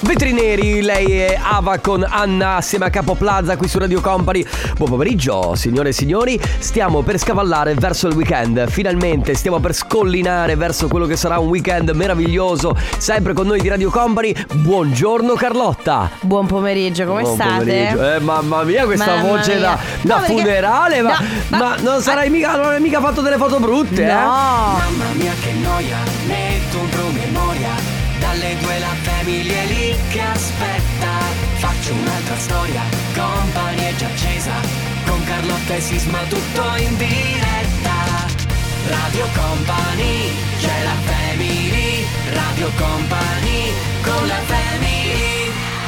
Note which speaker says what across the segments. Speaker 1: Vetri Neri, lei è Ava con Anna assieme a Capo Plaza qui su Radio Company. Buon pomeriggio, signore e signori. Stiamo per scavallare verso il weekend. Finalmente stiamo per scollinare verso quello che sarà un weekend meraviglioso. Sempre con noi di Radio Company. Buongiorno Carlotta.
Speaker 2: Buon pomeriggio, come
Speaker 1: Buon
Speaker 2: state?
Speaker 1: pomeriggio. Eh, mamma mia, questa
Speaker 2: Mamma
Speaker 1: voce
Speaker 2: mia.
Speaker 1: da, da
Speaker 2: No, perché-
Speaker 1: funerale, ma,
Speaker 2: No, ma-
Speaker 1: ma non sarai mica, non hai mica fatto delle foto brutte, eh?
Speaker 2: No,
Speaker 3: Mamma mia che noia, metto un promemoria Dalle due la famiglia è lì che aspetta Faccio un'altra storia, compagnia è già accesa Con Carlotta e Sisma tutto in diretta Radio Company, c'è la family Radio Company, con la family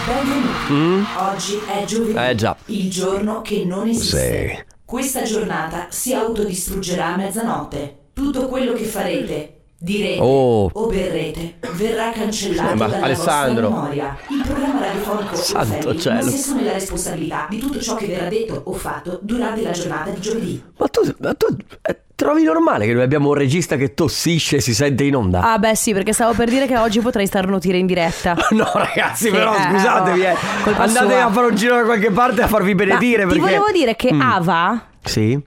Speaker 4: Benvenuti. Oggi è giovedì.
Speaker 1: Mm? Eh, già.
Speaker 4: Il giorno che non esiste.
Speaker 1: Sì.
Speaker 4: Questa giornata si autodistruggerà a mezzanotte. Tutto quello che farete, direte
Speaker 1: Oh.
Speaker 4: o berrete verrà cancellato
Speaker 1: Ma
Speaker 4: dalla
Speaker 1: Alessandro.
Speaker 4: vostra memoria. Il programma radiofonico La
Speaker 1: Santo
Speaker 4: Family
Speaker 1: cielo.
Speaker 4: non si assume la responsabilità di tutto ciò che verrà detto o fatto durante la giornata di giovedì.
Speaker 1: Ma tu, ma tu, eh, trovi normale che noi abbiamo un regista che tossisce e si sente in onda?
Speaker 2: ah beh sì, perché stavo per dire che oggi potrei starnutire in diretta.
Speaker 1: No ragazzi
Speaker 2: Sì,
Speaker 1: però
Speaker 2: eh,
Speaker 1: scusatevi eh.
Speaker 2: colpa
Speaker 1: Andate
Speaker 2: sua.
Speaker 1: a fare un giro da qualche parte a farvi
Speaker 2: Ma
Speaker 1: benedire
Speaker 2: Ti
Speaker 1: perché...
Speaker 2: volevo dire che
Speaker 1: Mm.
Speaker 2: Ava
Speaker 1: Sì?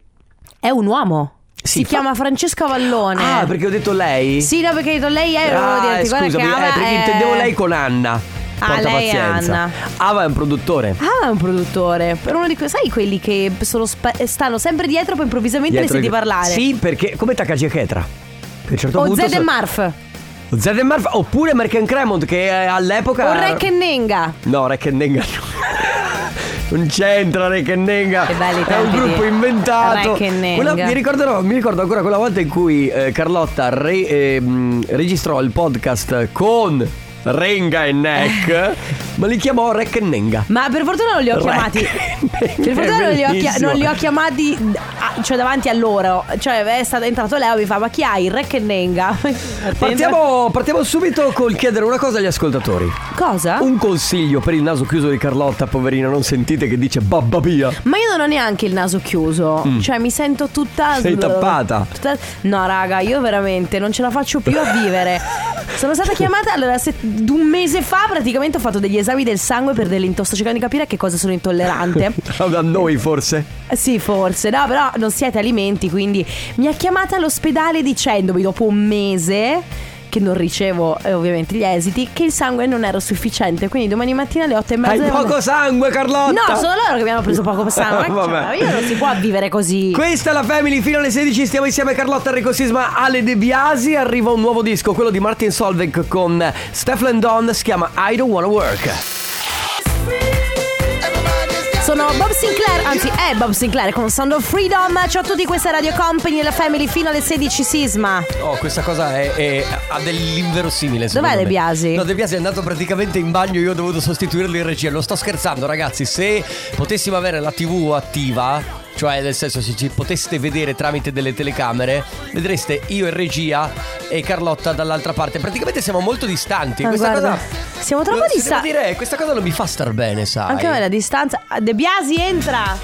Speaker 2: è un uomo.
Speaker 1: Sì,
Speaker 2: si
Speaker 1: fa-
Speaker 2: chiama Francesca Vallone.
Speaker 1: Ah perché ho detto lei?
Speaker 2: Sì, no, perché ho detto lei è. volevo
Speaker 1: Ah
Speaker 2: dirti, guarda
Speaker 1: scusami
Speaker 2: che
Speaker 1: eh,
Speaker 2: Ava
Speaker 1: perché
Speaker 2: è-
Speaker 1: intendevo lei con Anna
Speaker 2: Ah,
Speaker 1: Porta
Speaker 2: lei è
Speaker 1: pazienza
Speaker 2: Anna.
Speaker 1: Ava è un produttore
Speaker 2: Ava Ah, è un produttore. Per uno di que- sai quelli che sono spa- eh, stanno sempre dietro, poi improvvisamente
Speaker 1: Dietro
Speaker 2: ne senti
Speaker 1: i-
Speaker 2: parlare.
Speaker 1: Sì perché come Takagi Chetra Che a un certo
Speaker 2: O
Speaker 1: punto
Speaker 2: Zed e
Speaker 1: so-
Speaker 2: Marf.
Speaker 1: Zed e Marf Oppure Merken Cremont che eh, all'epoca
Speaker 2: O Rek e Nenga.
Speaker 1: No, Reckendenga non c'entra Reckendenga.
Speaker 2: Che belli
Speaker 1: È un
Speaker 2: tempi
Speaker 1: gruppo
Speaker 2: di
Speaker 1: inventato.
Speaker 2: Rec e Nenga.
Speaker 1: Quella- mi, ricorderò- mi ricordo ancora quella volta in cui eh, Carlotta re- ehm, registrò il podcast con Renga e Neck, ma li chiamò Reckendenga.
Speaker 2: Ma per fortuna non li ho chiamati. Per fortuna non li ho, chia- non li ho chiamati, ah, cioè davanti a loro. Cioè, è stato è entrato Leo e mi fa: Ma chi hai? Il re che nenga.
Speaker 1: Partiamo, partiamo subito col chiedere una cosa agli ascoltatori.
Speaker 2: Cosa?
Speaker 1: Un consiglio per il naso chiuso di Carlotta, poverina, non sentite che dice babba mia.
Speaker 2: Ma io non ho neanche il naso chiuso. Cioè, mi sento tutta.
Speaker 1: Mm. Sei tappata.
Speaker 2: tutta- No, raga, io veramente non ce la faccio più a vivere. Sono stata chiamata allora se- d- un mese fa, praticamente ho fatto degli esami del sangue per dell'intosto, cercando di capire a che cosa sono intollerante.
Speaker 1: Da noi forse.
Speaker 2: Sì, forse, no, però non siete alimenti, quindi mi ha chiamata all'ospedale dicendomi dopo un mese che non ricevo eh, ovviamente gli esiti, che il sangue non era sufficiente, quindi domani mattina alle 8 e mezza...
Speaker 1: Hai
Speaker 2: devo
Speaker 1: poco
Speaker 2: andare-
Speaker 1: sangue, Carlotta.
Speaker 2: No, sono loro che mi hanno preso poco sangue. Cioè,
Speaker 1: Vabbè.
Speaker 2: ma io non si può vivere così.
Speaker 1: Questa è la Family, fino alle 16 stiamo insieme a Carlotta Enrico Sisma, Ale De Biasi, arriva un nuovo disco, quello di Martin Solveig con Steph Landon, si chiama I Don't Wanna Work.
Speaker 2: Sono Bob Sinclair, anzi è Bob Sinclair con Sound of Freedom. Ciao a tutti, questa è Radio Company e la Family fino alle 16 sisma.
Speaker 1: Oh, questa cosa è, è- ha dell'inverosimile secondo
Speaker 2: Dov'è
Speaker 1: me.
Speaker 2: De Biasi?
Speaker 1: No, De Biasi è andato praticamente in bagno, io ho dovuto sostituirlo in regia, lo sto scherzando ragazzi, se potessimo avere la tv attiva, cioè nel senso se ci poteste vedere tramite delle telecamere, vedreste io in regia e Carlotta dall'altra parte, praticamente siamo molto distanti,
Speaker 2: Ma
Speaker 1: questa
Speaker 2: guarda,
Speaker 1: cosa...
Speaker 2: siamo troppo
Speaker 1: Non si
Speaker 2: distanti.
Speaker 1: deve dire, eh, questa cosa non mi fa star bene, sai.
Speaker 2: Anche a me la distanza. Ah, De Biasi entra!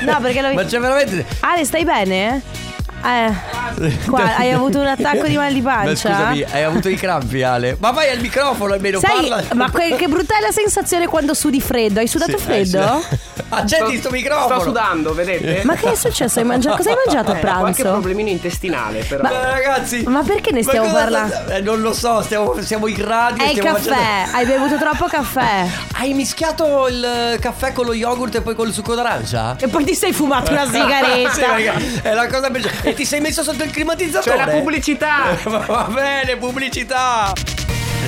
Speaker 2: No, perché lo
Speaker 1: Ma c'è veramente.
Speaker 2: Ale, stai bene? Eh, qua hai avuto un attacco di mal di
Speaker 1: Ma
Speaker 2: pancia.
Speaker 1: scusami, hai avuto i crampi, Ale. Ma vai al microfono almeno,
Speaker 2: Sai,
Speaker 1: parla.
Speaker 2: ma que- che brutta è la sensazione quando sudi freddo. Hai sudato
Speaker 1: Sì, eh, sì.
Speaker 2: freddo?
Speaker 1: Accendi sto microfono.
Speaker 5: Sto sudando, vedete?
Speaker 2: Ma che è successo? Hai mangiato- cosa hai mangiato a
Speaker 5: Eh, Qualche
Speaker 2: pranzo?
Speaker 5: problemino intestinale, però. Cioè,
Speaker 1: Ma Eh, ragazzi,
Speaker 2: ma perché ne stiamo
Speaker 1: cosa-
Speaker 2: parlando?
Speaker 1: Eh, non lo so, stiamo, siamo in radio.
Speaker 2: È il
Speaker 1: stiamo
Speaker 2: caffè,
Speaker 1: mangiando-
Speaker 2: hai bevuto troppo caffè.
Speaker 1: Hai mischiato il eh, caffè con lo yogurt e poi con il succo d'arancia?
Speaker 2: E poi ti sei fumato una
Speaker 1: Sì,
Speaker 2: sigaretta.
Speaker 1: raga, è la cosa peggiore. E ti sei messo sotto il climatizzatore.
Speaker 5: C'è la
Speaker 2: Eh,
Speaker 5: pubblicità! Cioè,
Speaker 1: Va- Va bene, pubblicità.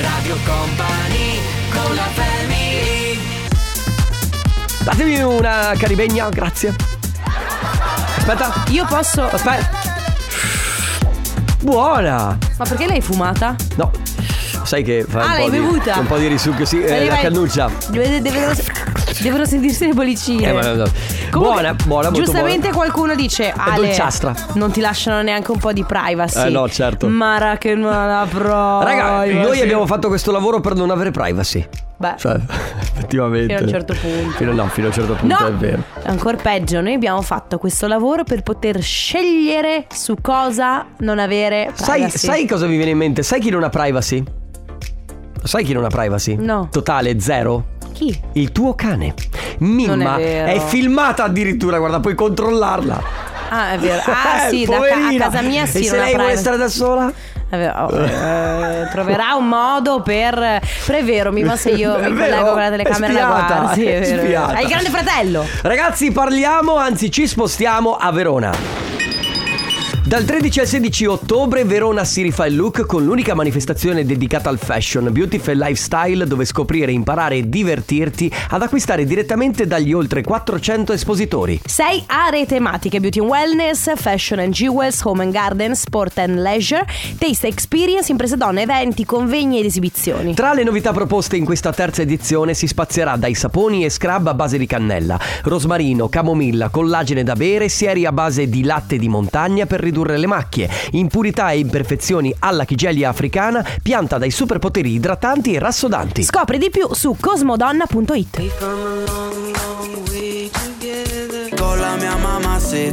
Speaker 3: Radio Company, con la family
Speaker 1: Datemi una caribegna, grazie. Aspetta,
Speaker 2: Io posso.
Speaker 1: aspetta. Buona!
Speaker 2: Ma perché l'hai fumata?
Speaker 1: No, sai che fa
Speaker 2: Ah,
Speaker 1: un,
Speaker 2: l'hai
Speaker 1: po di,
Speaker 2: bevuta?
Speaker 1: un po' di risucchio, sì, eh,
Speaker 2: Vai,
Speaker 1: la
Speaker 2: vai.
Speaker 1: cannuccia.
Speaker 2: Deve- devono, devono sentirsi le bollicine.
Speaker 1: Eh, ma-
Speaker 2: Comunque,
Speaker 1: buona, buona, molto
Speaker 2: Giustamente qualcuno dice: Ale,
Speaker 1: dolciastra."
Speaker 2: non ti lasciano neanche un po' di privacy.
Speaker 1: Eh, no, certo.
Speaker 2: Mara che non la pro.
Speaker 1: Raga, noi abbiamo fatto questo lavoro per non avere privacy.
Speaker 2: Beh.
Speaker 1: Cioè, effettivamente.
Speaker 2: Fino a un certo punto.
Speaker 1: Fino, no, fino a un certo punto
Speaker 2: No,
Speaker 1: è vero.
Speaker 2: ancora peggio, noi abbiamo fatto questo lavoro per poter scegliere su cosa non avere
Speaker 1: Sai,
Speaker 2: privacy.
Speaker 1: sai cosa mi viene in mente? Sai chi non ha privacy? Sai chi non ha privacy?
Speaker 2: No.
Speaker 1: Totale zero.
Speaker 2: Chi?
Speaker 1: Il tuo cane. Mimma
Speaker 2: Non è vero.
Speaker 1: filmata addirittura, guarda, puoi controllarla.
Speaker 2: Ah, è vero. Ah,
Speaker 1: Eh,
Speaker 2: sì, da ca-
Speaker 1: poverina.
Speaker 2: a casa mia sì.
Speaker 1: E se
Speaker 2: non ha
Speaker 1: lei vuole
Speaker 2: privacy.
Speaker 1: stare da sola?
Speaker 2: È vero, oh, eh, troverà un modo per. Però è vero, mi va se io
Speaker 1: È
Speaker 2: mi
Speaker 1: vero?
Speaker 2: collego con la telecamera e la
Speaker 1: È spiata,
Speaker 2: guardo. Sì, è
Speaker 1: è
Speaker 2: vero.
Speaker 1: spiata.
Speaker 2: Hai il grande fratello.
Speaker 1: Ragazzi, parliamo, anzi ci spostiamo a Verona. Dal 13 al 16 ottobre Verona si rifà il look con l'unica manifestazione dedicata al fashion, beauty e lifestyle dove scoprire, imparare e divertirti ad acquistare direttamente dagli oltre 400 espositori.
Speaker 2: Sei aree tematiche: Beauty and Wellness, Fashion and Jewels, Home and Garden, Sport and Leisure, Taste Experience, imprese donne, eventi, convegni ed esibizioni.
Speaker 1: Tra le novità proposte in questa terza edizione si spazierà dai saponi e scrub a base di cannella, rosmarino, camomilla, collagene da bere, sieri a base di latte di montagna per ridurre le macchie, impurità e imperfezioni alla chigelia africana, pianta dai superpoteri idratanti e rassodanti.
Speaker 2: Scopri di più su cosmodonna.it.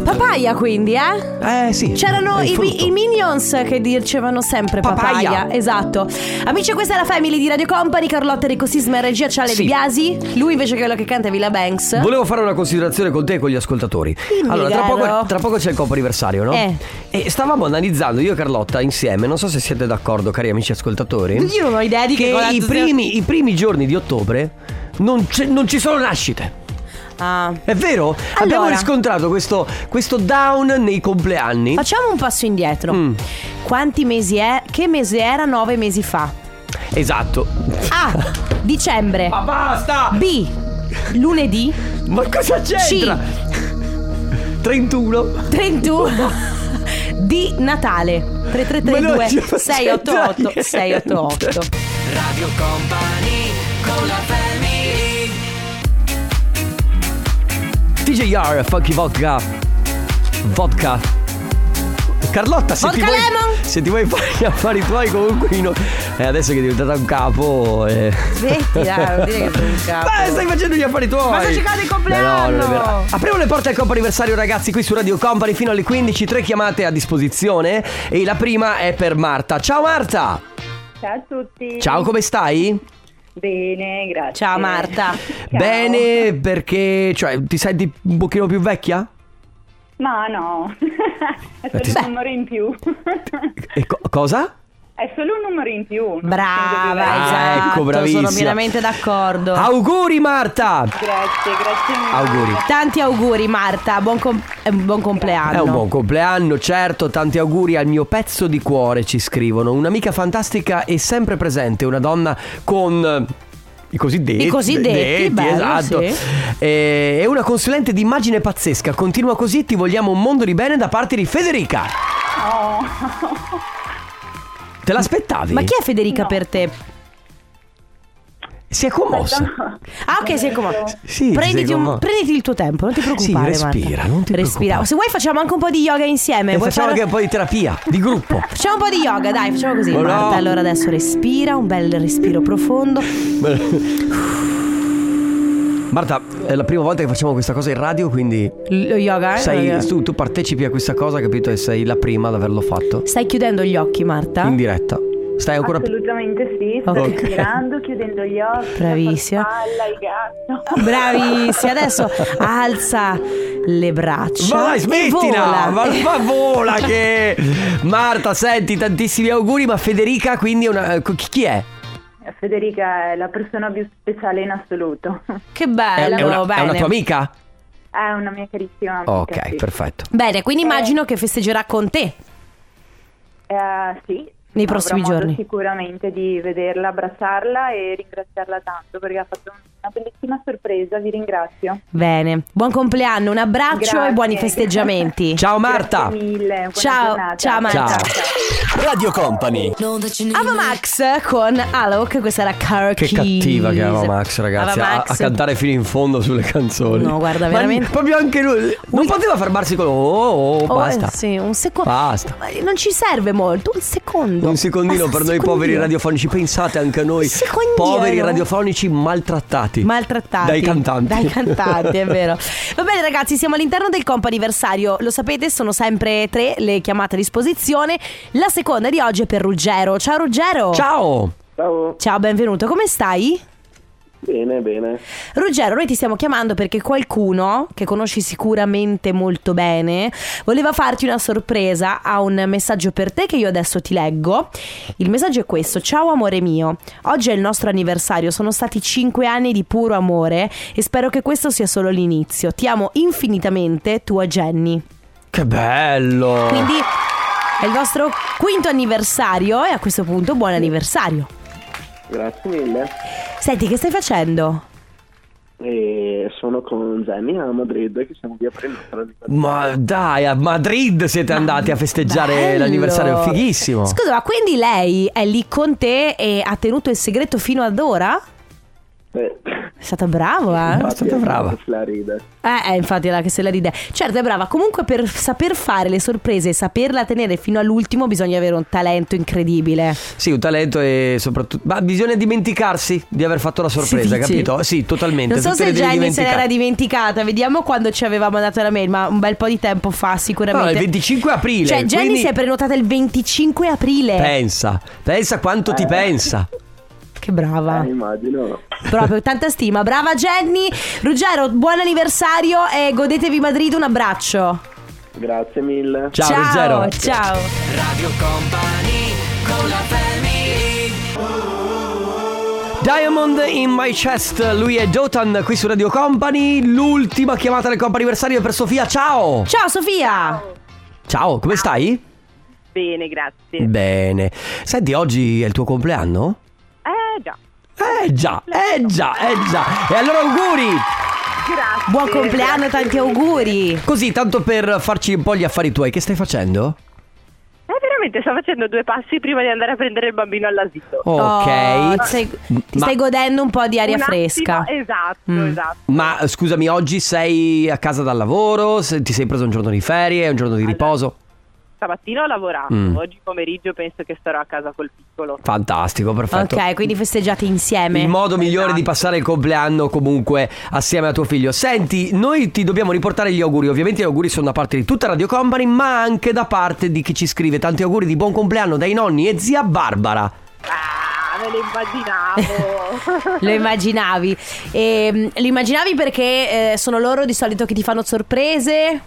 Speaker 2: Papaya quindi, eh?
Speaker 1: Eh sì.
Speaker 2: C'erano
Speaker 1: è il
Speaker 2: i,
Speaker 1: frutto.
Speaker 2: i minions che dicevano sempre papaya.
Speaker 1: Papaya.
Speaker 2: Esatto. Amici, questa è la family di Radio Company, Carlotta Rico Sisma e regia Ciale
Speaker 1: Sì.
Speaker 2: Di Biasi. Lui invece che quello che canta è Villa Banks.
Speaker 1: Volevo fare una considerazione con te e con gli ascoltatori.
Speaker 2: Dimmi,
Speaker 1: allora, tra
Speaker 2: caro.
Speaker 1: poco, tra poco c'è il copo anniversario, no?
Speaker 2: Eh.
Speaker 1: E stavamo analizzando io e Carlotta insieme, non so se siete d'accordo, cari amici ascoltatori.
Speaker 2: Io non ho idea di che,
Speaker 1: che
Speaker 2: cosa-
Speaker 1: i primi, i primi giorni di ottobre non, c'è- non ci sono nascite.
Speaker 2: Ah.
Speaker 1: È vero? Abbiamo
Speaker 2: Allora.
Speaker 1: riscontrato questo, questo down nei compleanni.
Speaker 2: Facciamo un passo indietro.
Speaker 1: Mm.
Speaker 2: Quanti mesi è? Che mese era nove mesi fa?
Speaker 1: Esatto.
Speaker 2: A. Dicembre.
Speaker 1: Ma basta!
Speaker 2: B. Lunedì.
Speaker 1: Ma cosa c'entra? 31.
Speaker 2: 31. Di Natale.
Speaker 1: Ma non ci
Speaker 2: 3332
Speaker 1: faccio
Speaker 2: 688
Speaker 1: niente.
Speaker 2: 688.
Speaker 3: Radio Company con la family
Speaker 1: TJR, Funky Vodka. Vodka. Carlotta, se ti,
Speaker 2: Vodka
Speaker 1: vuoi,
Speaker 2: lemon.
Speaker 1: se ti vuoi fare gli affari tuoi comunque in- eh, adesso che è diventata un capo... eh.
Speaker 2: Smetti, dai, non dire che sei un capo.
Speaker 1: Beh, stai facendo gli affari tuoi.
Speaker 2: Ma sto cercando il compleanno.
Speaker 1: No, no, non è vero. Apriamo le porte al compo anniversario, ragazzi, qui su Radio Company fino alle 15. Tre chiamate a disposizione. E la prima è per Marta. Ciao Marta!
Speaker 6: Ciao a tutti.
Speaker 1: Ciao, come stai?
Speaker 6: Bene, grazie.
Speaker 2: Ciao Marta.
Speaker 6: Ciao.
Speaker 1: Bene, perché cioè, ti senti un pochino più vecchia?
Speaker 6: Ma no, è solo
Speaker 1: Beh.
Speaker 6: un numero in più.
Speaker 1: E co- cosa?
Speaker 6: è solo un numero in più. non mi
Speaker 2: Brava,
Speaker 6: sento più
Speaker 1: Ah,
Speaker 2: esatto.
Speaker 1: ecco, bravissima.
Speaker 2: Sono pienamente d'accordo.
Speaker 1: Auguri Marta!
Speaker 6: vecchia. Grazie, grazie mille.
Speaker 1: Auguri.
Speaker 2: Tanti auguri Marta, buon, com- eh, buon compleanno.
Speaker 1: È un buon compleanno, certo, tanti auguri al mio pezzo di cuore, ci scrivono. Un'amica fantastica e sempre presente, una donna con... eh, I cosiddetti,
Speaker 2: I cosiddetti,
Speaker 1: detti,
Speaker 2: bello,
Speaker 1: esatto.
Speaker 2: sì.
Speaker 1: E- È una consulente di immagine pazzesca. Continua così, ti vogliamo un mondo di bene da parte di Federica.
Speaker 6: Oh.
Speaker 1: Te l'aspettavi?
Speaker 2: Ma chi è Federica
Speaker 6: No.
Speaker 2: per te?
Speaker 1: Si è commossa.
Speaker 6: Aspetta.
Speaker 2: Ah, ok, sei comodo.
Speaker 1: Sì,
Speaker 2: prenditi,
Speaker 1: sei
Speaker 2: un-
Speaker 1: commosso.
Speaker 2: prenditi il tuo tempo, non ti preoccupare.
Speaker 1: Sì, respira,
Speaker 2: Marta.
Speaker 1: non ti preoccupare.
Speaker 2: Se vuoi facciamo anche un po' di yoga insieme.
Speaker 1: E
Speaker 2: Eh, Vuoi
Speaker 1: facciamo
Speaker 2: fare-
Speaker 1: anche un po' di terapia, di gruppo.
Speaker 2: Facciamo un po' di yoga, dai, facciamo così.
Speaker 1: Ma no.
Speaker 2: Marta, allora adesso respira, un bel respiro profondo.
Speaker 1: Marta, è la prima volta che facciamo questa cosa in radio, quindi
Speaker 2: L- lo yoga, eh?
Speaker 1: sei-
Speaker 2: Lo yoga.
Speaker 1: tu, tu partecipi a questa cosa, capito? E sei la prima ad averlo fatto.
Speaker 2: Stai chiudendo gli occhi, Marta.
Speaker 1: In diretta. Stai ancora più.
Speaker 6: Assolutamente sì, sto
Speaker 2: Ok.
Speaker 6: respirando, chiudendo gli occhi.
Speaker 2: Bravissima.
Speaker 6: La spalla, il gatto.
Speaker 2: Bravissima, adesso alza le braccia.
Speaker 1: Ma dai,
Speaker 2: e
Speaker 1: smettila!
Speaker 2: vola.
Speaker 1: Ma, ma vola che. Marta, senti, tantissimi auguri, ma Federica quindi è una. co- Chi, chi è?
Speaker 6: Federica è la persona più speciale in assoluto.
Speaker 2: Che
Speaker 1: È,
Speaker 2: bello,
Speaker 1: è una, è
Speaker 2: Eh, bene.
Speaker 1: una tua amica?
Speaker 6: È una mia carissima amica.
Speaker 1: Ok,
Speaker 6: sì.
Speaker 1: perfetto.
Speaker 2: Bene, quindi immagino che festeggerà con te.
Speaker 6: Eh, sì.
Speaker 2: Nei prossimi
Speaker 6: Avrò modo
Speaker 2: giorni.
Speaker 6: Sicuramente di vederla, abbracciarla e ringraziarla tanto perché ha fatto una bellissima sorpresa. Vi ringrazio.
Speaker 2: Bene, buon compleanno, un abbraccio e
Speaker 6: Grazie.
Speaker 2: buoni festeggiamenti.
Speaker 1: Ciao Marta!
Speaker 6: Grazie mille. buona
Speaker 2: Ciao,
Speaker 6: giornata.
Speaker 2: ciao, Marta.
Speaker 1: Ciao. Radio Company.
Speaker 2: Ava Max con Alok, questa era Carol
Speaker 1: Che
Speaker 2: Keys.
Speaker 1: cattiva che era Max, ragazzi.
Speaker 2: Ava
Speaker 1: a-
Speaker 2: Max.
Speaker 1: A, cantare fino in fondo sulle canzoni.
Speaker 2: No, guarda,
Speaker 1: Ma
Speaker 2: veramente.
Speaker 1: proprio anche lui. Non poteva fermarsi con. Oh, oh,
Speaker 2: Oh,
Speaker 1: basta.
Speaker 2: eh, sì, un secondo.
Speaker 1: Basta.
Speaker 2: Non ci serve molto, un secondo.
Speaker 1: Un secondino
Speaker 2: Basta
Speaker 1: per
Speaker 2: un
Speaker 1: noi poveri
Speaker 2: secondino.
Speaker 1: radiofonici, pensate anche a noi
Speaker 2: Secondino.
Speaker 1: poveri radiofonici maltrattati.
Speaker 2: Maltrattati
Speaker 1: Dai cantanti.
Speaker 2: Dai cantanti, è vero Va bene ragazzi, siamo all'interno del comp anniversario Lo sapete, sono sempre tre le chiamate a disposizione La seconda di oggi è per Ruggero Ciao Ruggero
Speaker 1: Ciao!
Speaker 7: Ciao.
Speaker 2: Ciao, benvenuto, come stai?
Speaker 7: Bene, bene.
Speaker 2: Ruggero, noi ti stiamo chiamando perché qualcuno che conosci sicuramente molto bene voleva farti una sorpresa. Ha un messaggio per te che io adesso ti leggo. Il messaggio è questo: Ciao amore mio, oggi è il nostro anniversario. Sono stati 5 anni di puro amore e spero che questo sia solo l'inizio. Ti amo infinitamente, tua Jenny.
Speaker 1: Che
Speaker 7: Ah.
Speaker 1: bello!
Speaker 2: Quindi è il vostro quinto anniversario e a questo punto buon anniversario.
Speaker 7: Grazie mille.
Speaker 2: Senti, che stai facendo?
Speaker 7: E sono con Jenny a Madrid che siamo via per il nostro anniversario.
Speaker 1: Ma dai, a Madrid siete andati a festeggiare
Speaker 2: Bello.
Speaker 1: l'anniversario, fighissimo.
Speaker 2: Scusa, ma quindi lei è lì con te e ha tenuto il segreto fino ad ora?
Speaker 7: Eh,
Speaker 2: È stata brava, eh?
Speaker 1: Ah, stata
Speaker 7: infatti,
Speaker 1: brava.
Speaker 7: se La ride.
Speaker 2: Eh, eh, infatti, là che se la ride. Certo, è brava. Comunque, per saper fare le sorprese e saperla tenere fino all'ultimo, bisogna avere un talento incredibile.
Speaker 1: Sì, un talento e soprattutto. Ma bisogna dimenticarsi di aver fatto la sorpresa,
Speaker 2: Sì, dici?
Speaker 1: capito? Sì, totalmente.
Speaker 2: Non so
Speaker 1: tu te
Speaker 2: se
Speaker 1: ne devi
Speaker 2: Jenny se
Speaker 1: dimenticare.
Speaker 2: l'era dimenticata. Vediamo quando ci aveva mandato la mail, ma un bel po' di tempo fa, sicuramente.
Speaker 1: No, il 25 aprile,
Speaker 2: Cioè, Jenny
Speaker 1: quindi-
Speaker 2: si è prenotata il 25 aprile.
Speaker 1: Pensa, pensa quanto
Speaker 2: Eh.
Speaker 1: ti pensa.
Speaker 2: Che brava.
Speaker 7: Eh, immagino.
Speaker 2: Proprio tanta stima. Brava Jenny. Ruggero, buon anniversario e godetevi Madrid. Un abbraccio.
Speaker 7: Grazie mille.
Speaker 1: Ciao,
Speaker 2: ciao.
Speaker 1: Ruggero.
Speaker 2: ciao.
Speaker 3: Radio Company con la family
Speaker 1: Diamond in my chest, lui è Dotan qui su Radio Company. L'ultima chiamata del comp'anniversario è per Sofia. Ciao!
Speaker 2: Ciao Sofia.
Speaker 1: Ciao, come stai?
Speaker 6: Bene, grazie.
Speaker 1: Bene. Senti, oggi è il tuo compleanno?
Speaker 6: Eh già,
Speaker 1: Eh già, eh già, eh già. E allora auguri!
Speaker 6: grazie.
Speaker 2: Buon compleanno, tanti auguri.
Speaker 1: Così, tanto per farci un po' gli affari tuoi, che stai facendo?
Speaker 6: Eh, veramente sto facendo due passi prima di andare a prendere il bambino all'asilo.
Speaker 1: Ok.
Speaker 2: Oh, stai- ti
Speaker 1: Ma-
Speaker 2: stai godendo un po' di aria
Speaker 6: Un attimo,
Speaker 2: fresca.
Speaker 6: Esatto,
Speaker 2: Mm.
Speaker 6: esatto.
Speaker 1: Ma eh, scusami, oggi sei a casa dal lavoro? Se- ti sei preso un giorno di ferie, un giorno di riposo?
Speaker 6: Stamattina ho lavorato,
Speaker 1: Mm.
Speaker 6: oggi pomeriggio penso che starò a casa col piccolo.
Speaker 1: Fantastico, perfetto.
Speaker 2: Ok, esatto. quindi festeggiate insieme.
Speaker 1: Il modo migliore di passare il compleanno comunque assieme a tuo figlio. Senti, noi ti dobbiamo riportare gli auguri. Ovviamente gli auguri sono da parte di tutta Radio Company, ma anche da parte di chi ci scrive. Tanti auguri di buon compleanno dai nonni e zia Barbara.
Speaker 6: Ah, me lo immaginavo.
Speaker 2: Lo immaginavi. Ehm, lo immaginavi perché eh, sono loro di solito che ti fanno sorprese?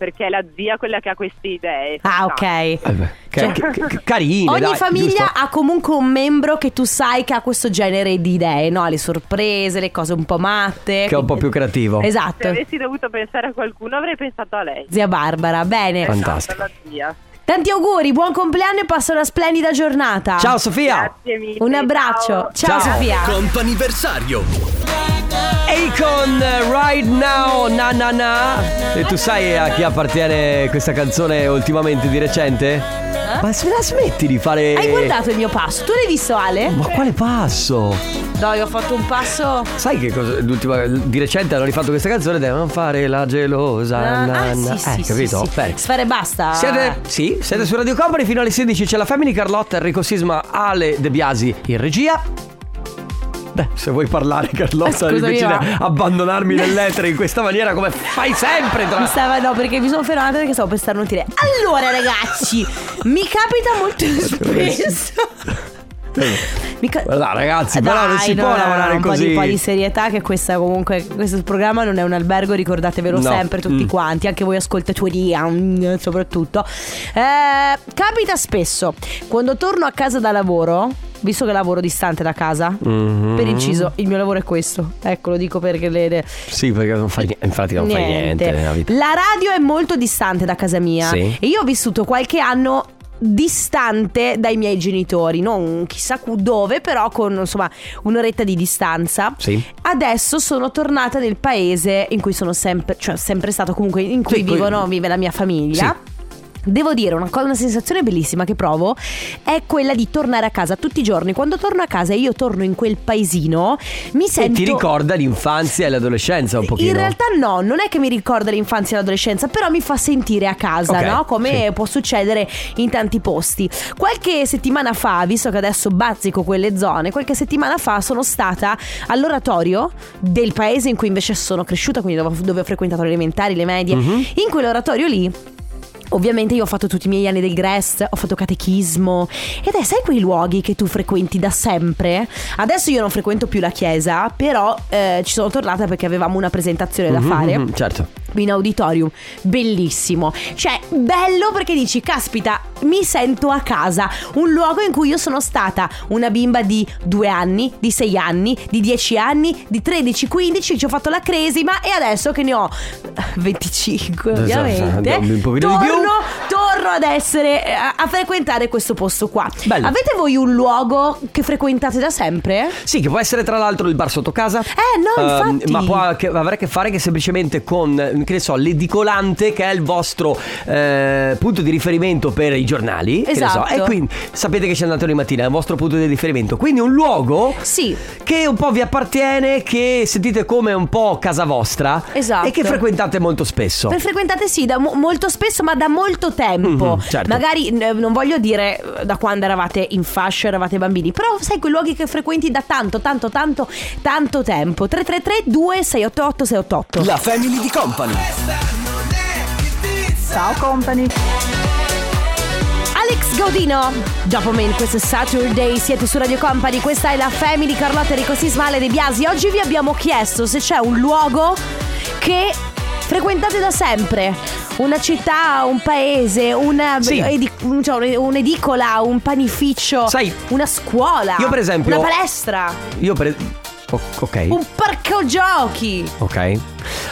Speaker 6: Perché è la zia quella che ha queste idee. esatto.
Speaker 2: Ah,
Speaker 6: sa.
Speaker 2: ok.
Speaker 1: Che, che- che- carine,
Speaker 2: Ogni
Speaker 1: Esatto. dai,
Speaker 2: famiglia
Speaker 1: giusto?
Speaker 2: ha comunque un membro che tu sai che ha questo genere di idee, no? Le sorprese, le cose un po' matte.
Speaker 1: Che è un po' più creativo.
Speaker 6: Se
Speaker 2: Esatto.
Speaker 6: avessi dovuto pensare a qualcuno avrei pensato a lei.
Speaker 2: Zia Barbara, bene.
Speaker 1: Fan- Fantastico.
Speaker 6: Esatto, alla zia.
Speaker 2: Tanti auguri, buon compleanno e passa una splendida giornata.
Speaker 1: Ciao Sofia.
Speaker 6: Grazie mille.
Speaker 2: Un abbraccio.
Speaker 6: ciao.
Speaker 2: Ciao,
Speaker 1: Ciao.
Speaker 2: Sofia.
Speaker 3: Comp'anniversario
Speaker 1: Akon eh, Right Now Na Na Na E tu sai a chi appartiene questa canzone ultimamente di recente? Ma se la smetti di fare
Speaker 2: Eh? Hai guardato il mio passo? Tu l'hai visto Ale?
Speaker 1: Ma quale passo?
Speaker 2: No, io ho fatto un passo.
Speaker 1: Sai che cosa l'ultima di recente hanno rifatto questa canzone devono fare la gelosa
Speaker 2: Ah,
Speaker 1: na,
Speaker 2: ah,
Speaker 1: na.
Speaker 2: sì,
Speaker 1: Eh,
Speaker 2: sì, sì,
Speaker 1: capito?
Speaker 2: sì.
Speaker 1: Beh.
Speaker 2: Sfera e basta.
Speaker 1: Siete, sì, siete su Radio Company fino alle 16 c'è la Family Carlotta, Enrico Sisma, Ale De Biasi in regia. Beh, se vuoi parlare Carlotta
Speaker 2: Eh, scusami,
Speaker 1: invece di
Speaker 2: ma-
Speaker 1: abbandonarmi nell'etere in questa maniera come fai sempre tra
Speaker 2: Mi stava, no, perché mi sono fermata perché stavo per starnutire. Allora, ragazzi, mi capita molto spesso. Mi ca-
Speaker 1: Guarda, ragazzi, però
Speaker 2: Dai,
Speaker 1: non si
Speaker 2: no,
Speaker 1: può
Speaker 2: no,
Speaker 1: lavorare
Speaker 2: un
Speaker 1: così.
Speaker 2: Po di, un po' di serietà che questa comunque questo programma non è un albergo, ricordatevelo
Speaker 1: No.
Speaker 2: sempre tutti
Speaker 1: Mm.
Speaker 2: quanti, anche voi ascoltatori mm, soprattutto. Eh, capita spesso quando torno a casa da lavoro, visto che lavoro distante da casa,
Speaker 1: Mhm.
Speaker 2: per inciso, il mio lavoro è questo. Ecco, lo dico perché le, le-
Speaker 1: Sì, perché non fai niente. Infatti, non fai niente nella vita.
Speaker 2: La radio è molto distante da casa mia.
Speaker 1: Sì.
Speaker 2: E io ho vissuto qualche anno distante dai miei genitori, non chissà cu- dove, però con insomma un'oretta di distanza.
Speaker 1: Sì.
Speaker 2: Adesso sono tornata nel paese in cui sono sempre, cioè sempre stato comunque in cui
Speaker 1: Sì, qui-
Speaker 2: vivono, vive la mia famiglia. Devo dire una, cosa, una sensazione bellissima che provo è quella di tornare a casa tutti i giorni. Quando torno a casa e io torno in quel paesino, mi
Speaker 1: E
Speaker 2: sento
Speaker 1: ti ricorda l'infanzia e l'adolescenza un pochino.
Speaker 2: in realtà no, non è che mi ricorda l'infanzia e l'adolescenza, però mi fa sentire a casa,
Speaker 1: Ok,
Speaker 2: no? Come può succedere in tanti posti. Qualche settimana fa, visto che adesso bazzico quelle zone, qualche settimana fa sono stata all'oratorio del paese
Speaker 1: Mhm,
Speaker 2: in cui invece sono cresciuta, quindi dove, dove ho frequentato le elementari, le medie. In quell'oratorio lì Ovviamente io ho fatto tutti i miei anni del Grest, ho fatto catechismo ed è sai quei luoghi che tu frequenti da sempre? Adesso io non frequento più la chiesa, però eh, ci sono tornata perché avevamo una presentazione da
Speaker 1: Mhm,
Speaker 2: fare
Speaker 1: mhm, certo.
Speaker 2: in auditorium, bellissimo. Cioè, bello perché dici, caspita, mi sento a casa. Un luogo in cui io sono stata una bimba di due anni, di sei anni, di dieci anni, di 13, 15, ci ho fatto la cresima e adesso che ne ho 25,
Speaker 1: Esatto,
Speaker 2: ovviamente.
Speaker 1: andiamo un pochino di
Speaker 2: torno,
Speaker 1: più.
Speaker 2: torno ad essere, eh, a, a frequentare questo posto qua.
Speaker 1: Bello.
Speaker 2: Avete voi un luogo che frequentate da sempre?
Speaker 1: Sì, che può essere tra l'altro il bar sotto casa.
Speaker 2: Eh, no,
Speaker 1: Ehm,
Speaker 2: infatti.
Speaker 1: Ma può anche- avere a che fare che semplicemente con, eh, che ne so, l'edicolante che è il vostro eh, punto di riferimento per i giornali. che ne so.
Speaker 2: Esatto.
Speaker 1: E quindi sapete che c'è andato di mattina, è il vostro punto di riferimento. Quindi un luogo
Speaker 2: Sì.
Speaker 1: che un po' vi appartiene, che sentite come un po' casa vostra.
Speaker 2: Esatto.
Speaker 1: E che frequentate molto spesso.
Speaker 2: Per frequentate sì, da mo- molto spesso, ma da molto tempo.
Speaker 1: Mhm, certo.
Speaker 2: Magari eh, non voglio dire eh, da quando eravate in fascia, eravate bambini, però sai quei luoghi che frequenti da tanto, tanto, tanto, tanto tempo. 333 2688 688.
Speaker 1: La family di company.
Speaker 6: Ciao company.
Speaker 2: Alex Gaudino, Dopomin, questo è Saturday, siete su Radio Company, questa è la Family Carlotta Enrico Sismale De Biasi. Oggi vi abbiamo chiesto se c'è un luogo che frequentate da sempre, una città, un paese, una-
Speaker 1: Sì.
Speaker 2: edi- un- cioè, un'edicola, un panificio,
Speaker 1: Sai,
Speaker 2: una scuola,
Speaker 1: io per esempio-
Speaker 2: una palestra,
Speaker 1: Io per. o- ok.
Speaker 2: un parco giochi.
Speaker 1: Ok.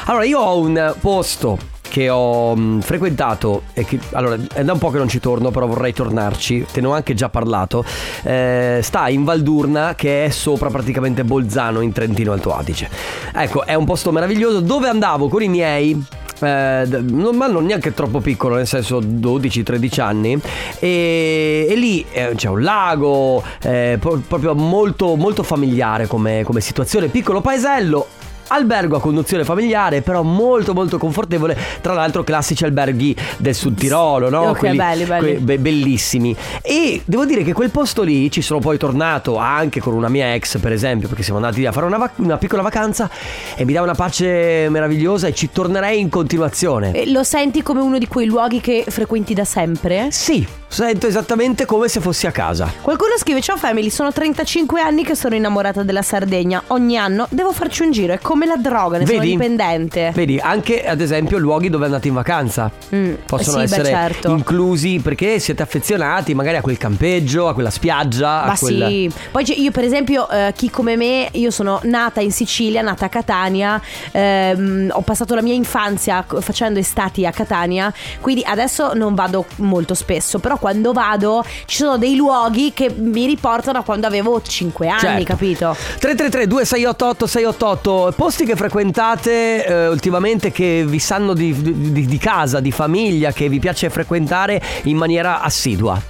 Speaker 1: Allora, io ho un eh, posto che ho mh, frequentato e che allora è da un po' che non ci torno, però vorrei tornarci. Te ne ho anche già parlato. Eh, sta in Valdurna, che è sopra praticamente Bolzano in Trentino Alto Adige. Ecco, è un posto meraviglioso dove andavo con i miei. eh, d- non- ma non neanche troppo piccolo, nel senso 12-13 anni. E, e lì eh, c'è un lago, eh, pro- proprio molto, molto familiare come- come situazione. Piccolo paesello, Albergo a conduzione familiare, però molto molto confortevole. Tra l'altro, classici alberghi del Sud Tirolo, no?
Speaker 2: Ok, belli, belli.
Speaker 1: be- bellissimi. E devo dire che quel posto lì ci sono poi tornato anche con una mia ex, per esempio, perché siamo andati lì a fare una, vac- una piccola vacanza e mi dà una pace meravigliosa e ci tornerei in continuazione.
Speaker 2: Eh, Lo senti come uno di quei luoghi che frequenti da sempre?
Speaker 1: Sì, sento esattamente come se fossi a casa.
Speaker 2: Qualcuno scrive Ciao Family, sono 35 anni che sono innamorata della Sardegna Ogni anno devo farci un giro, è come la droga, ne sono
Speaker 1: Vedi?
Speaker 2: dipendente
Speaker 1: Vedi, anche ad esempio luoghi dove andate in vacanza
Speaker 2: Mm,
Speaker 1: possono
Speaker 2: sì, beh,
Speaker 1: essere
Speaker 2: certo.
Speaker 1: inclusi perché siete affezionati magari a quel campeggio, a quella spiaggia,
Speaker 2: Ma
Speaker 1: a quel...
Speaker 2: sì, poi c'è- io per esempio, eh, chi come me, io sono nata in Sicilia, nata a Catania, ehm, ho passato la mia infanzia co- facendo estati a Catania, quindi adesso non vado molto spesso, però quando vado ci sono dei luoghi che mi riportano a quando avevo 5 anni,
Speaker 1: Certo.
Speaker 2: capito?
Speaker 1: 333 2688 688 posti che frequentate eh, ultimamente che vi sanno di, di- di casa, di famiglia, che vi piace frequentare in maniera assidua.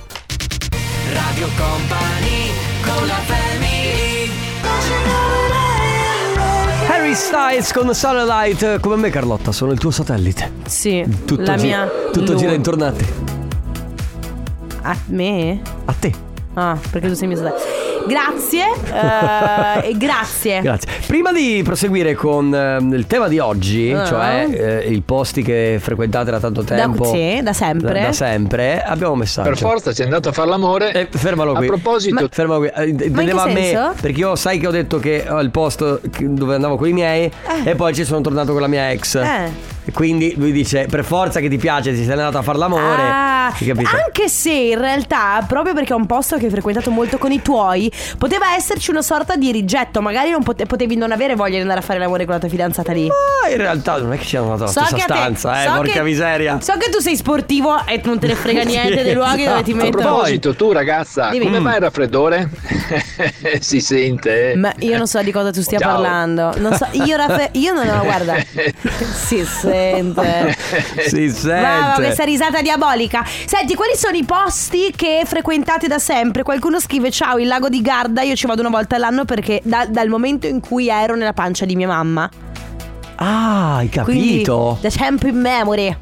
Speaker 1: Harry Styles con Satellite, come me Carlotta, sono il tuo satellite.
Speaker 2: Sì,
Speaker 1: Tutto,
Speaker 2: la
Speaker 1: gi-
Speaker 2: mia...
Speaker 1: tutto
Speaker 2: lu-
Speaker 1: gira intorno a te.
Speaker 2: A me?
Speaker 1: A te.
Speaker 2: Ah, perché tu sei mio fratello. Grazie. eh, e grazie.
Speaker 1: Grazie. Prima di proseguire con ehm, il tema di oggi,
Speaker 2: Ah.
Speaker 1: cioè eh, i posti che frequentate da tanto tempo.
Speaker 2: sì, da sempre.
Speaker 1: Da, da sempre, abbiamo un messaggio.
Speaker 8: Per forza sei andato a fare l'amore.
Speaker 1: Eh, fermalo qui.
Speaker 8: A proposito,
Speaker 1: Ma- fermalo qui. Eh, intendeva a me,
Speaker 2: senso?
Speaker 1: perché io sai che ho detto che ho il posto che- dove andavo con i miei e poi ci sono tornato con la mia ex.
Speaker 2: Eh.
Speaker 1: E quindi lui dice: Per forza che ti piace, ti sei andato a far l'amore.
Speaker 2: Ah,
Speaker 1: Hai capito?
Speaker 2: anche se in realtà, proprio perché è un posto che hai frequentato molto con i tuoi, poteva esserci una sorta di rigetto. Magari non pote- potevi non avere voglia di andare a fare l'amore con la tua fidanzata lì.
Speaker 1: Ma in realtà non è che ci siamo andati alla stessa
Speaker 2: a te-
Speaker 1: stanza, eh,
Speaker 2: so
Speaker 1: porca
Speaker 2: che-
Speaker 1: miseria.
Speaker 2: So che tu sei sportivo e non te ne frega niente
Speaker 1: Sì,
Speaker 2: dei luoghi dove
Speaker 1: esatto.
Speaker 2: ti
Speaker 8: a
Speaker 1: Poi-
Speaker 2: mettono.
Speaker 8: proposito, tu ragazza,
Speaker 2: Dimmi.
Speaker 8: come
Speaker 2: Mm.
Speaker 8: mai il raffreddore? si sente. eh?
Speaker 2: Ma io non so di cosa tu stia
Speaker 8: Ciao.
Speaker 2: parlando. Non so, io, Raffa- io non ho, guarda. si sente.
Speaker 1: Si sente.
Speaker 2: Mamma, questa risata diabolica. Senti, quali sono i posti che frequentate da sempre? Qualcuno scrive: Ciao, il lago di Garda. Io ci vado una volta all'anno perché da- dal momento in cui ero nella pancia di mia mamma.
Speaker 1: Ah, hai
Speaker 2: Quindi,
Speaker 1: capito?
Speaker 2: da sempre in memory.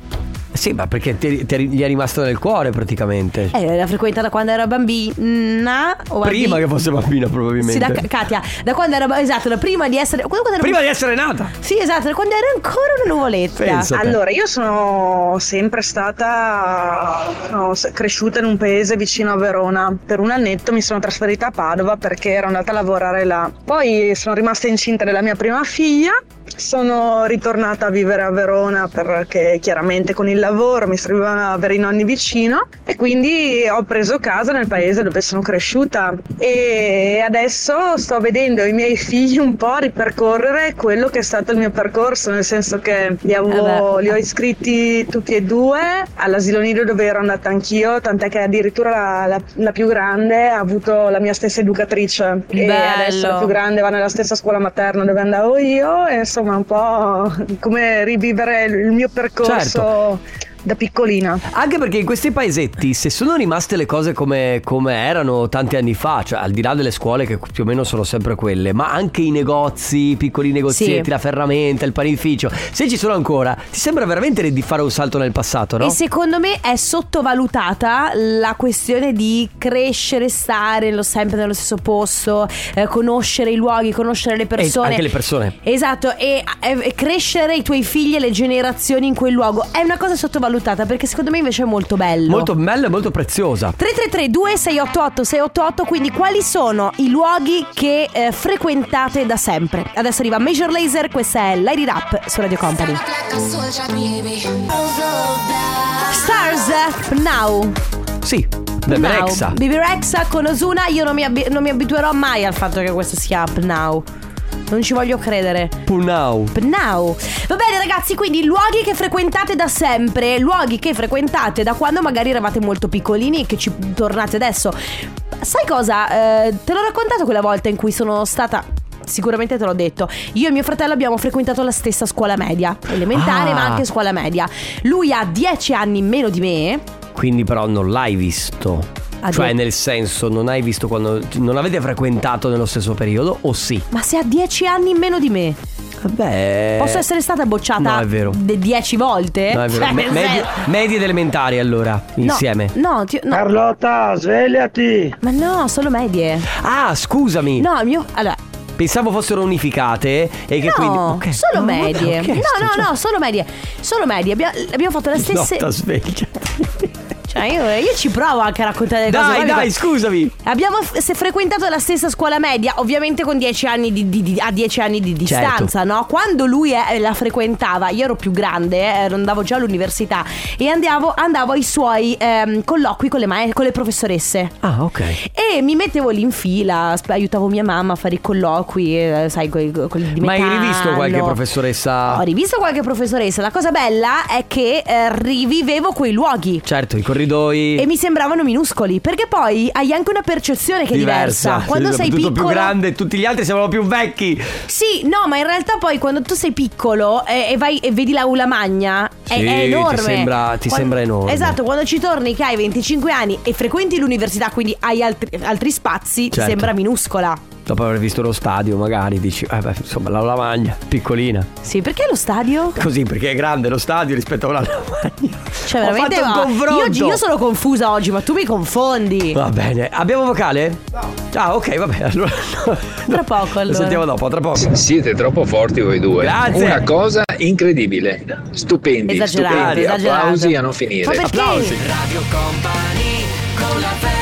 Speaker 1: Sì, ma perché ti- ti- gli è rimasto nel cuore praticamente.
Speaker 2: Eh, era frequentata quando era bambina. o
Speaker 1: Prima
Speaker 2: bambi-
Speaker 1: che fosse bambino, probabilmente.
Speaker 2: Sì, da Katia, da quando era. Esatto, da prima di essere. Quando era
Speaker 1: Prima di essere nata.
Speaker 2: Sì, esatto, da quando era ancora una nuvoletta.
Speaker 1: Pensa. te.
Speaker 9: Allora, io sono sempre stata sono s- cresciuta in un paese vicino a Verona. Per un annetto mi sono trasferita a Padova perché ero andata a lavorare là. Poi sono rimasta incinta della mia prima figlia. Sono ritornata a vivere a Verona perché chiaramente con il lavoro mi serviva avere i nonni vicino e quindi ho preso casa nel paese dove sono cresciuta e adesso sto vedendo i miei figli un po' ripercorrere quello che è stato il mio percorso, nel senso che li avevo
Speaker 2: Eh beh.
Speaker 9: li ho iscritti tutti e due all'asilo nido dove ero andata anch'io, tant'è che addirittura la, la- la più grande ha avuto la mia stessa educatrice e
Speaker 2: Bello.
Speaker 9: adesso la più grande va nella stessa scuola materna dove andavo io e insomma un po' come rivivere il mio
Speaker 2: Certo.
Speaker 9: percorso da piccolina.
Speaker 1: Anche perché in questi paesetti, se sono rimaste le cose come, come erano tanti anni fa, cioè al di là delle scuole che più o meno sono sempre quelle, ma anche i negozi, i piccoli negozietti,
Speaker 2: Sì.
Speaker 1: la ferramenta, il panificio, se ci sono ancora, ti sembra veramente di fare un salto nel passato, no?
Speaker 2: E secondo me è sottovalutata la questione di crescere, stare lo- sempre nello stesso posto, eh, conoscere i luoghi, conoscere le persone.
Speaker 1: E anche le persone.
Speaker 2: Esatto, e, e- e crescere i tuoi figli e le generazioni in quel luogo è una cosa sottovalutata perché secondo me invece è molto bello.
Speaker 1: Molto bella e molto preziosa.
Speaker 2: 333 2688 688 quindi quali sono i luoghi che eh, frequentate da sempre? Adesso arriva Major Laser, questa è Lady Rap su Radio Company. Stars eh, Now.
Speaker 1: Sì, beh,
Speaker 2: Now.
Speaker 1: Rexa.
Speaker 2: Bibi Rexa con Osuna, io non mi, abi- non mi abituerò mai al fatto che questo sia Up Now. Non ci voglio credere.
Speaker 1: Punau.
Speaker 2: Up Now. Va bene ragazzi, quindi luoghi che frequentate da sempre, luoghi che frequentate da quando magari eravate molto piccolini e che ci tornate adesso. Sai cosa? Eh, te l'ho raccontato quella volta in cui sono stata... Sicuramente te l'ho detto. Io e mio fratello abbiamo frequentato la stessa scuola media, elementare,
Speaker 1: Ah.
Speaker 2: ma anche scuola media. Lui ha 10 anni in meno di me.
Speaker 1: Quindi però non l'hai visto.
Speaker 2: Ha
Speaker 1: Cioè,
Speaker 2: detto-
Speaker 1: nel senso, non hai visto quando. Non avete frequentato nello stesso periodo, o sì?
Speaker 2: Ma se ha 10 anni in meno di me, Eh,
Speaker 1: Vabbè.
Speaker 2: posso essere stata bocciata
Speaker 1: no, è vero.
Speaker 2: 10 volte?
Speaker 1: No, è vero.
Speaker 2: Cioè,
Speaker 1: Me-
Speaker 2: nel
Speaker 1: medie,
Speaker 2: senso-
Speaker 1: medie ed elementari, allora,
Speaker 2: No,
Speaker 1: insieme.
Speaker 2: No, ti- no.
Speaker 7: Carlotta, svegliati!
Speaker 2: ma no, solo medie.
Speaker 1: Ah, scusami.
Speaker 2: No, il mio. Allora,
Speaker 1: Pensavo fossero unificate e che
Speaker 2: no,
Speaker 1: quindi. ok.
Speaker 2: solo
Speaker 1: No, vabbè,
Speaker 2: medie.
Speaker 1: ho
Speaker 2: no,
Speaker 1: chiesto,
Speaker 2: no,
Speaker 1: cioè-
Speaker 2: no, solo medie. Solo medie. Abbia- Abbiamo, fatto le stesse.
Speaker 1: Carlotta, sveglia.
Speaker 2: Cioè, io, io ci provo anche a raccontare le cose.
Speaker 1: Dai,
Speaker 2: guarda
Speaker 1: dai,
Speaker 2: che-
Speaker 1: scusami.
Speaker 2: Abbiamo f- se frequentato la stessa scuola media, ovviamente con 10 anni di, di- di- a 10 anni di
Speaker 1: Certo.
Speaker 2: distanza, no? Quando lui eh, la frequentava, io ero più grande, eh, andavo già all'università e andavo, andavo ai suoi ehm, colloqui con le, mae- con le professoresse.
Speaker 1: Ah, ok.
Speaker 2: E mi mettevo lì in fila, sp- aiutavo mia mamma a fare i colloqui, eh, sai, con di
Speaker 1: Ma hai
Speaker 2: metano.
Speaker 1: rivisto qualche professoressa?
Speaker 2: Ho rivisto qualche professoressa. La cosa bella è che eh, rivivevo quei luoghi.
Speaker 1: Certo, i corridoi.
Speaker 2: E mi sembravano minuscoli, perché poi hai anche una percezione che è diversa.
Speaker 1: diversa.
Speaker 2: Quando sei
Speaker 1: tutto
Speaker 2: piccolo
Speaker 1: più grande, tutti gli altri sembrano più vecchi.
Speaker 2: Sì, no, ma in realtà poi quando tu sei piccolo eh, e, vai e vedi la Ulamagna è,
Speaker 1: Sì,
Speaker 2: è
Speaker 1: ti
Speaker 2: enorme.
Speaker 1: sembra- ti sembra enorme.
Speaker 2: Esatto, quando ci torni che hai 25 anni e frequenti l'università, quindi hai altri, altri spazi,
Speaker 1: Certo.
Speaker 2: ti sembra minuscola.
Speaker 1: Dopo aver visto lo stadio, magari dici, eh beh, insomma, la lavagna, piccolina.
Speaker 2: Sì, perché lo stadio?
Speaker 1: Così, perché è grande lo stadio rispetto a una lavagna.
Speaker 2: Cioè,
Speaker 1: Ho
Speaker 2: veramente.
Speaker 1: fatto un
Speaker 2: ma-
Speaker 1: confronto.
Speaker 2: Io, oggi- io sono confusa oggi, ma tu mi confondi.
Speaker 1: Va bene, abbiamo vocale? No. Ah, ok, va bene. Allora,
Speaker 2: Tra poco,
Speaker 1: Lo
Speaker 2: allora.
Speaker 1: sentiamo dopo, tra poco.
Speaker 8: S- Siete troppo forti voi due.
Speaker 1: Grazie.
Speaker 8: Una cosa incredibile. Stupendi,
Speaker 2: Esagerate,
Speaker 8: stupendi.
Speaker 2: esagerate.
Speaker 8: Applausi a non
Speaker 2: Ma
Speaker 8: finire.
Speaker 2: perché?
Speaker 1: Applausi.
Speaker 3: Radio Company con la family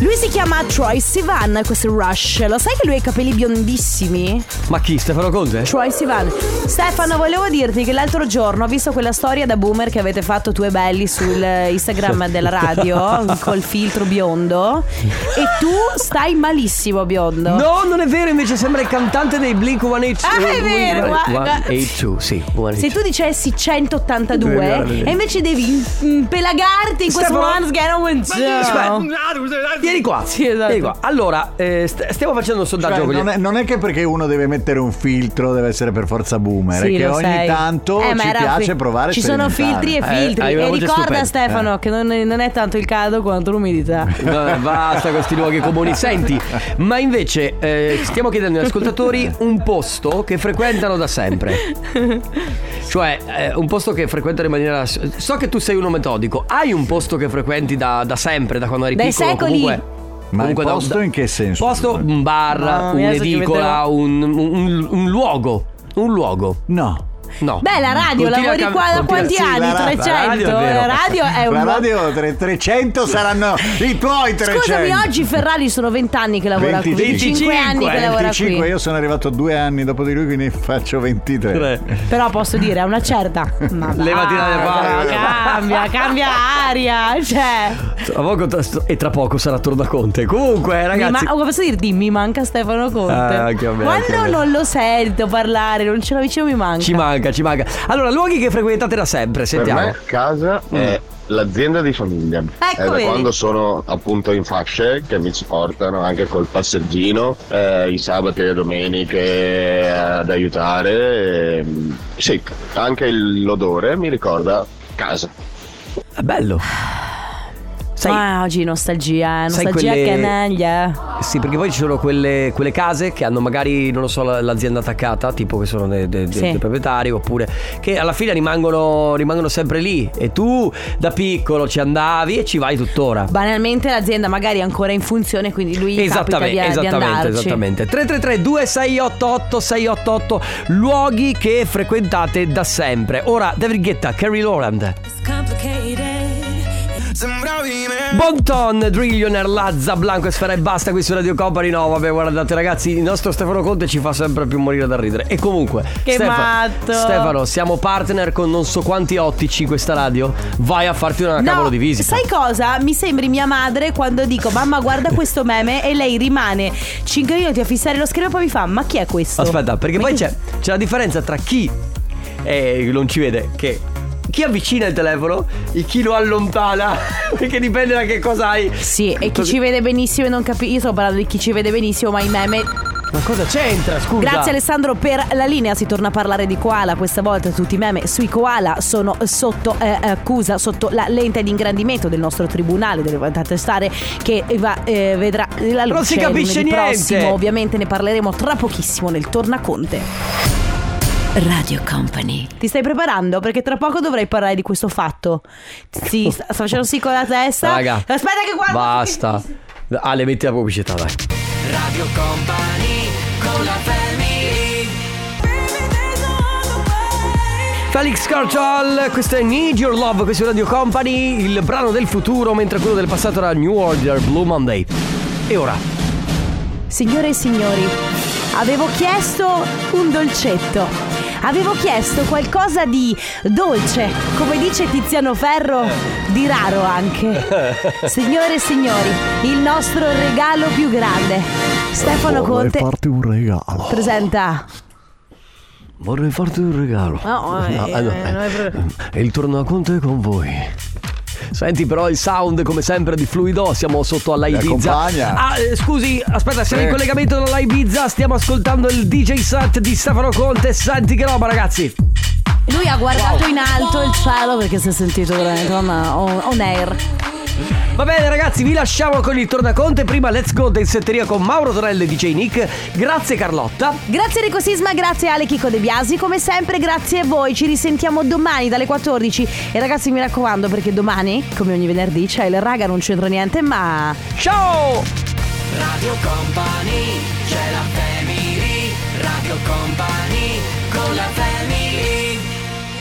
Speaker 2: Lui si chiama Troy Sivan, questo è Rush. Lo sai che lui ha i capelli biondissimi?
Speaker 1: Ma chi, Stefano Conte?
Speaker 2: Troy Sivan. Stefano, volevo dirti che l'altro giorno ho visto quella storia da boomer che avete fatto tu e Belli sul Instagram della radio col filtro biondo. E tu stai malissimo, biondo.
Speaker 1: No, non è vero, invece sembra il cantante dei Blink 182.
Speaker 2: Ah, è vero, guarda.
Speaker 1: 182, sì, 182.
Speaker 2: Se tu dicessi
Speaker 1: È vero, è
Speaker 2: 182
Speaker 1: vero.
Speaker 2: e invece devi mm, pelagarti in questo
Speaker 1: Stefano?
Speaker 2: one's get on with
Speaker 5: ah,
Speaker 1: Aspetta, vieni qua, qua.
Speaker 2: Sì, esatto.
Speaker 1: Vieni qua. Allora, eh, st- stiamo facendo un sondaggio
Speaker 10: Cioè,
Speaker 1: con gli-
Speaker 10: non, è, non è che perché uno deve mettere un filtro deve essere per forza boomer,
Speaker 2: Sì,
Speaker 10: è che
Speaker 2: lo
Speaker 10: ogni
Speaker 2: sei.
Speaker 10: tanto
Speaker 2: Eh, ma
Speaker 10: ci
Speaker 2: era
Speaker 10: piace
Speaker 2: qui-
Speaker 10: provare
Speaker 2: Ci sono filtri e
Speaker 1: Eh, hai
Speaker 2: filtri.
Speaker 1: una
Speaker 2: e
Speaker 1: voce
Speaker 2: ricorda,
Speaker 1: stupenda. Eh.
Speaker 2: Stefano, che non, non è tanto il caldo quanto l'umidità.
Speaker 1: No, basta con questi luoghi comuni. Senti, ma invece eh, stiamo chiedendo agli ascoltatori un posto che frequentano da sempre. Cioè, eh, un posto che frequentano in maniera. So che tu sei uno metodico. Hai un posto che frequenti da, da sempre, da quando eri
Speaker 2: Dai
Speaker 1: piccolo?
Speaker 2: secoli.
Speaker 1: Comunque.
Speaker 10: Ma il
Speaker 1: comunque da-
Speaker 10: posto
Speaker 1: da-
Speaker 10: in che senso?
Speaker 1: Posto, un bar,
Speaker 2: Mamma mia, adesso ci
Speaker 1: un'edicola,
Speaker 2: metterò-
Speaker 1: un, un- un luogo. Un luogo.
Speaker 10: No.
Speaker 1: No.
Speaker 2: Beh, la radio,
Speaker 1: Continua
Speaker 2: lavori
Speaker 1: a cam-
Speaker 2: qua da
Speaker 1: continua-
Speaker 2: quanti
Speaker 1: Sì,
Speaker 2: anni?
Speaker 10: la ra- la
Speaker 2: 300.
Speaker 1: radio è vero.
Speaker 2: La radio è un.
Speaker 10: La radio tre- 300 saranno i tuoi 300.
Speaker 2: Scusami, oggi Ferrari sono 20 anni che lavora qui. 25 anni che lavora
Speaker 10: 25,
Speaker 2: qui.
Speaker 10: io sono arrivato due anni dopo di lui, quindi faccio 23.
Speaker 2: Però posso dire, a una certa. Ma
Speaker 1: Levati dalle
Speaker 2: dai,
Speaker 1: palle.
Speaker 2: Cambia, cambia aria. Cioè.
Speaker 1: Tra poco- tra- e tra poco sarà torna Conte. Comunque,
Speaker 2: Mi
Speaker 1: ragazzi.
Speaker 2: ma- oh, posso dirti, mi manca Stefano Conte.
Speaker 1: Ah, anche a me, anche a
Speaker 2: Quando
Speaker 1: me.
Speaker 2: non lo sento parlare, non ce l'ho vicino, mi manca.
Speaker 1: Ci manca, ci manca. Allora, luoghi che frequentate da sempre, sentiamo.
Speaker 8: casa è l'azienda di famiglia.
Speaker 2: Ecco, È da vedi. quando
Speaker 8: sono appunto in fasce che mi ci portano anche col passeggino eh, i sabati e le domeniche eh, ad aiutare. ehm, sì, anche l'odore mi ricorda casa.
Speaker 1: È Ah, bello. Sai,
Speaker 2: Ma oggi nostalgia, eh,
Speaker 1: Sai
Speaker 2: nostalgia
Speaker 1: quelle-
Speaker 2: che neglia.
Speaker 1: sì, perché poi ci sono quelle, quelle case che hanno magari, non lo so, la- l'azienda attaccata, tipo che sono de- de- de-
Speaker 2: Sì.
Speaker 1: dei proprietari, oppure che alla fine rimangono, rimangono sempre lì. E tu da piccolo ci andavi e ci vai tuttora.
Speaker 2: Banalmente l'azienda magari è ancora in funzione, quindi lui capita di, eh,
Speaker 1: Esattamente,
Speaker 2: di
Speaker 1: esattamente,
Speaker 2: andarci.
Speaker 1: esattamente. 333 2688 688 luoghi che frequentate da sempre. Ora David Guetta, Carrie Lowland. Bonton, Drillionaire, Lazza, Blanco e Sfera e basta qui su Radio Company. No, vabbè, guardate ragazzi, il nostro Stefano Conte ci fa sempre più morire da ridere. E comunque,
Speaker 2: Che
Speaker 1: Stefano,
Speaker 2: matto.
Speaker 1: Stefano, siamo partner con non so quanti ottici questa radio. Vai a farti una
Speaker 2: No,
Speaker 1: cavolo di visita.
Speaker 2: sai cosa? Mi sembri mia madre quando dico mamma guarda questo meme e lei rimane 5 minuti a fissare lo schermo e poi mi fa ma chi è questo?
Speaker 1: Aspetta, perché
Speaker 2: Ma
Speaker 1: poi
Speaker 2: chi-
Speaker 1: c'è, c'è la differenza tra chi eh, non ci vede, che chi avvicina il telefono e chi lo allontana, perché dipende da che cosa hai.
Speaker 2: Sì, e chi ci vede benissimo e non capisce. Io sto parlando di chi ci vede benissimo, ma i meme.
Speaker 1: Ma cosa c'entra, scusa?
Speaker 2: Grazie Alessandro per la linea, si torna a parlare di koala, questa volta tutti i meme sui koala sono sotto eh, accusa, sotto la lente di ingrandimento del nostro tribunale, delle attestare che va- eh, vedrà la luce
Speaker 1: Non si capisce
Speaker 2: lunedì
Speaker 1: niente.
Speaker 2: prossimo, ovviamente ne parleremo tra pochissimo nel Tornaconte.
Speaker 11: Radio Company.
Speaker 2: Ti stai preparando? Perché tra poco dovrai parlare di questo fatto. Sì, sta sta facendo sì con la testa.
Speaker 1: Raga,
Speaker 2: Aspetta che guarda.
Speaker 1: Basta. Ale, metti la pubblicità, dai.
Speaker 3: Radio Company con la family
Speaker 1: Felix Carcial, questo è Need Your Love, questo è Radio Company, il brano del futuro, mentre quello del passato era New Order, Blue Monday. E ora?
Speaker 2: Signore e signori, avevo chiesto un dolcetto. Avevo chiesto qualcosa di dolce, come dice Tiziano Ferro, di raro anche. Signore e signori, il nostro regalo più grande. Stefano Conte
Speaker 10: un regalo.
Speaker 2: presenta.
Speaker 1: Vorrei farti un regalo.
Speaker 2: No, eh,
Speaker 1: eh, no,
Speaker 2: eh, non è proprio-
Speaker 1: E il tornaconto è con voi. Senti però il sound come sempre di Fluido, siamo sotto alla Ibiza.
Speaker 10: accompagna.
Speaker 1: Ah, eh, scusi, aspetta, siamo in
Speaker 10: Eh.
Speaker 1: collegamento dalla Ibiza, stiamo ascoltando il DJ set di Stefano Conte. Senti che roba ragazzi.
Speaker 2: Lui ha guardato in alto il cielo perché si è sentito veramente mamma, on, on air.
Speaker 1: Va bene ragazzi, vi lasciamo con il tornaconte, prima let's go del setteria con Mauro Torello e DJ Nick. Grazie Carlotta.
Speaker 2: Grazie Enrico Sisma, grazie Ale Chico De Biasi, come sempre grazie a voi, ci risentiamo domani dalle 14 e ragazzi mi raccomando perché domani, come ogni venerdì, c'è il raga non c'entra niente ma...
Speaker 1: Ciao!
Speaker 3: Radio Company c'è la family Radio Company con la family